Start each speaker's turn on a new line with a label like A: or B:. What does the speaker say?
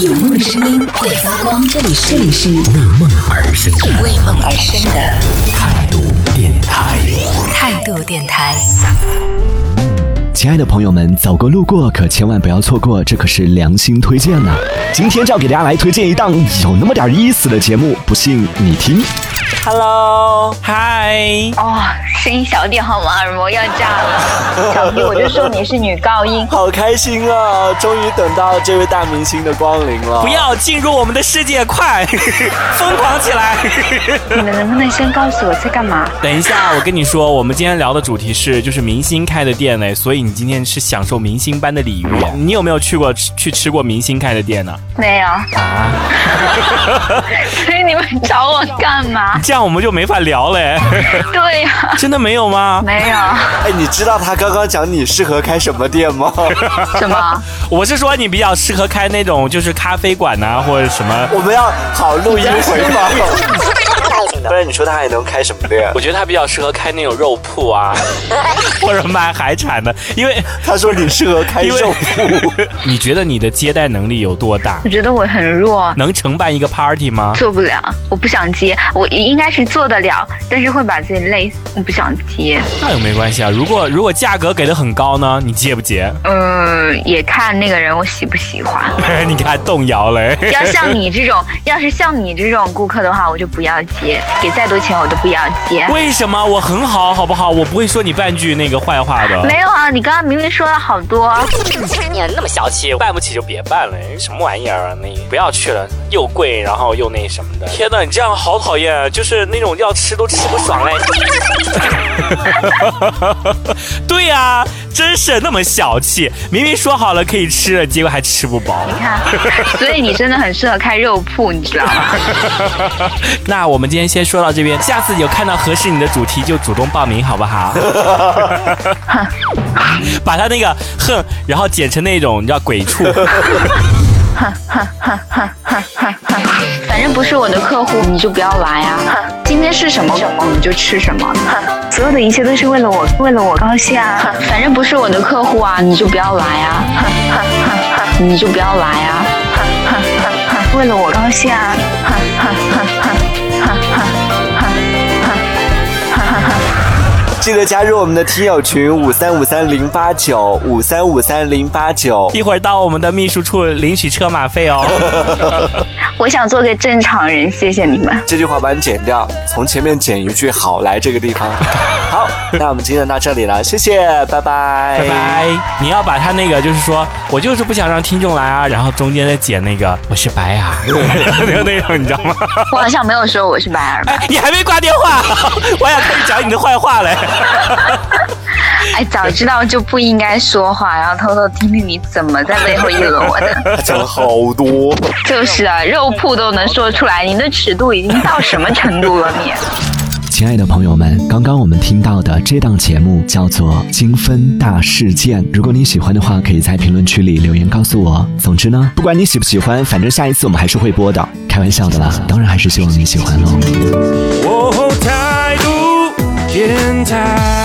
A: 有梦的声音会发光，这里是这里是
B: 为梦而生，
A: 为梦而生的
B: 态度电台。
A: 态度电台。
B: 亲爱的朋友们，走过路过可千万不要错过，这可是良心推荐呐、今天就要给大家来推荐一档有那么点意思的节目，不信你听。
C: Hello，嗨，
D: 哦，声音小点好吗？耳膜要炸了。小 P，我就说你是女高音。
E: 好开心啊！终于等到这位大明星的光临了。
C: 不，要进入我们的世界，快 疯狂起来！
D: 你们能不能先告诉我在干嘛？
C: 等一下，我跟你说，我们今天聊的主题是就是明星开的店嘞，所以你今天是享受明星般的礼遇。你有没有去过吃去吃过明星开的店呢？
D: 没有。啊所以你们找我干嘛？
C: 这样我们就没法聊嘞。
D: 对呀、
C: 真的没有吗？
D: 没有。
E: 哎，你知道他刚刚讲你适合开什么店吗？
D: 什么？
C: 我是说你比较适合开那种就是咖啡馆呐、或者什么。
E: 我们要好录音回放。 不然你说他还能开什么店？
C: 觉得他比较适合开那种肉铺啊， 或者卖海产的，因为
E: 他说你适合开
C: 因为
E: 肉铺。
C: 你觉得你的接待能力有多大
D: 我？觉得我很弱，
C: 能承办一个 party 吗？
D: 做不了。我不想接，我应该是做得了，但是会把自己累死。我不想接。
C: 那也没关系啊。如果如果价格给的很高呢，你接不接？
D: 嗯，也看那个人我喜不喜欢。
C: 你看动摇嘞。
D: 要像你这 种，要是像你这种顾客的话，我就不要接，给再多钱我都不要接。
C: 为什么我很好，好不好？我不会说你半句那个坏话的。
D: 没有啊，你刚刚明明说了好多。
F: 你那么小气，办不起就别办了，什么玩意儿啊？你不要去了，又贵，然后又那什么的。天哪，你这样好讨厌啊！就是那种要吃都吃不爽嘞。
C: 对呀、真是那么小气。明明说好了可以吃了，结果还吃不饱。
D: 你看，所以你真的很适合开肉铺，你知道吗？
C: 那我们今天先说到这边，下次有看到合适你的主题就主动报名，好不好？ 把他那个哼，然后剪成那种你知道鬼畜。
D: 反正不是我的客户，你就不要来呀、今天是什么，我们就吃什么。所有的一切都是为了我，为了我高兴啊。反正不是我的客户啊，你就不要来呀、你就不要来呀、为了我高兴啊。
E: 记得加入我们的听友群五三五三零八九五三五三零八九。
C: 一会儿到我们的秘书处领取车马费哦。
D: 我想做个正常人，谢谢你们。
E: 这句话把你剪掉，从前面剪一句“好来”这个地方。 好，那我们今天到这里了，谢谢，拜拜，
C: 拜拜！你要把他那个，就是说我就是不想让听众来啊，然后中间再剪那个我是白啊，那个那种，你知道吗？
D: 我好像没有说我是白耳吧？
C: 哎，你还没挂电话， 我想开始讲你的坏话嘞。
D: 哎，早知道就不应该说话，然后偷偷听听你怎么在背后议论我的。
E: 他讲了好多。
D: 就是啊，肉铺都能说出来，你的尺度已经到什么程度了你？
B: 亲爱的朋友们，刚刚我们听到的这档节目叫做《精分大事件》。如果你喜欢的话，可以在评论区里留言告诉我。总之呢，不管你喜不喜欢，反正下一次我们还是会播的。开玩笑的啦，当哦然还是希望你喜欢喽。
G: 哦，态度电台。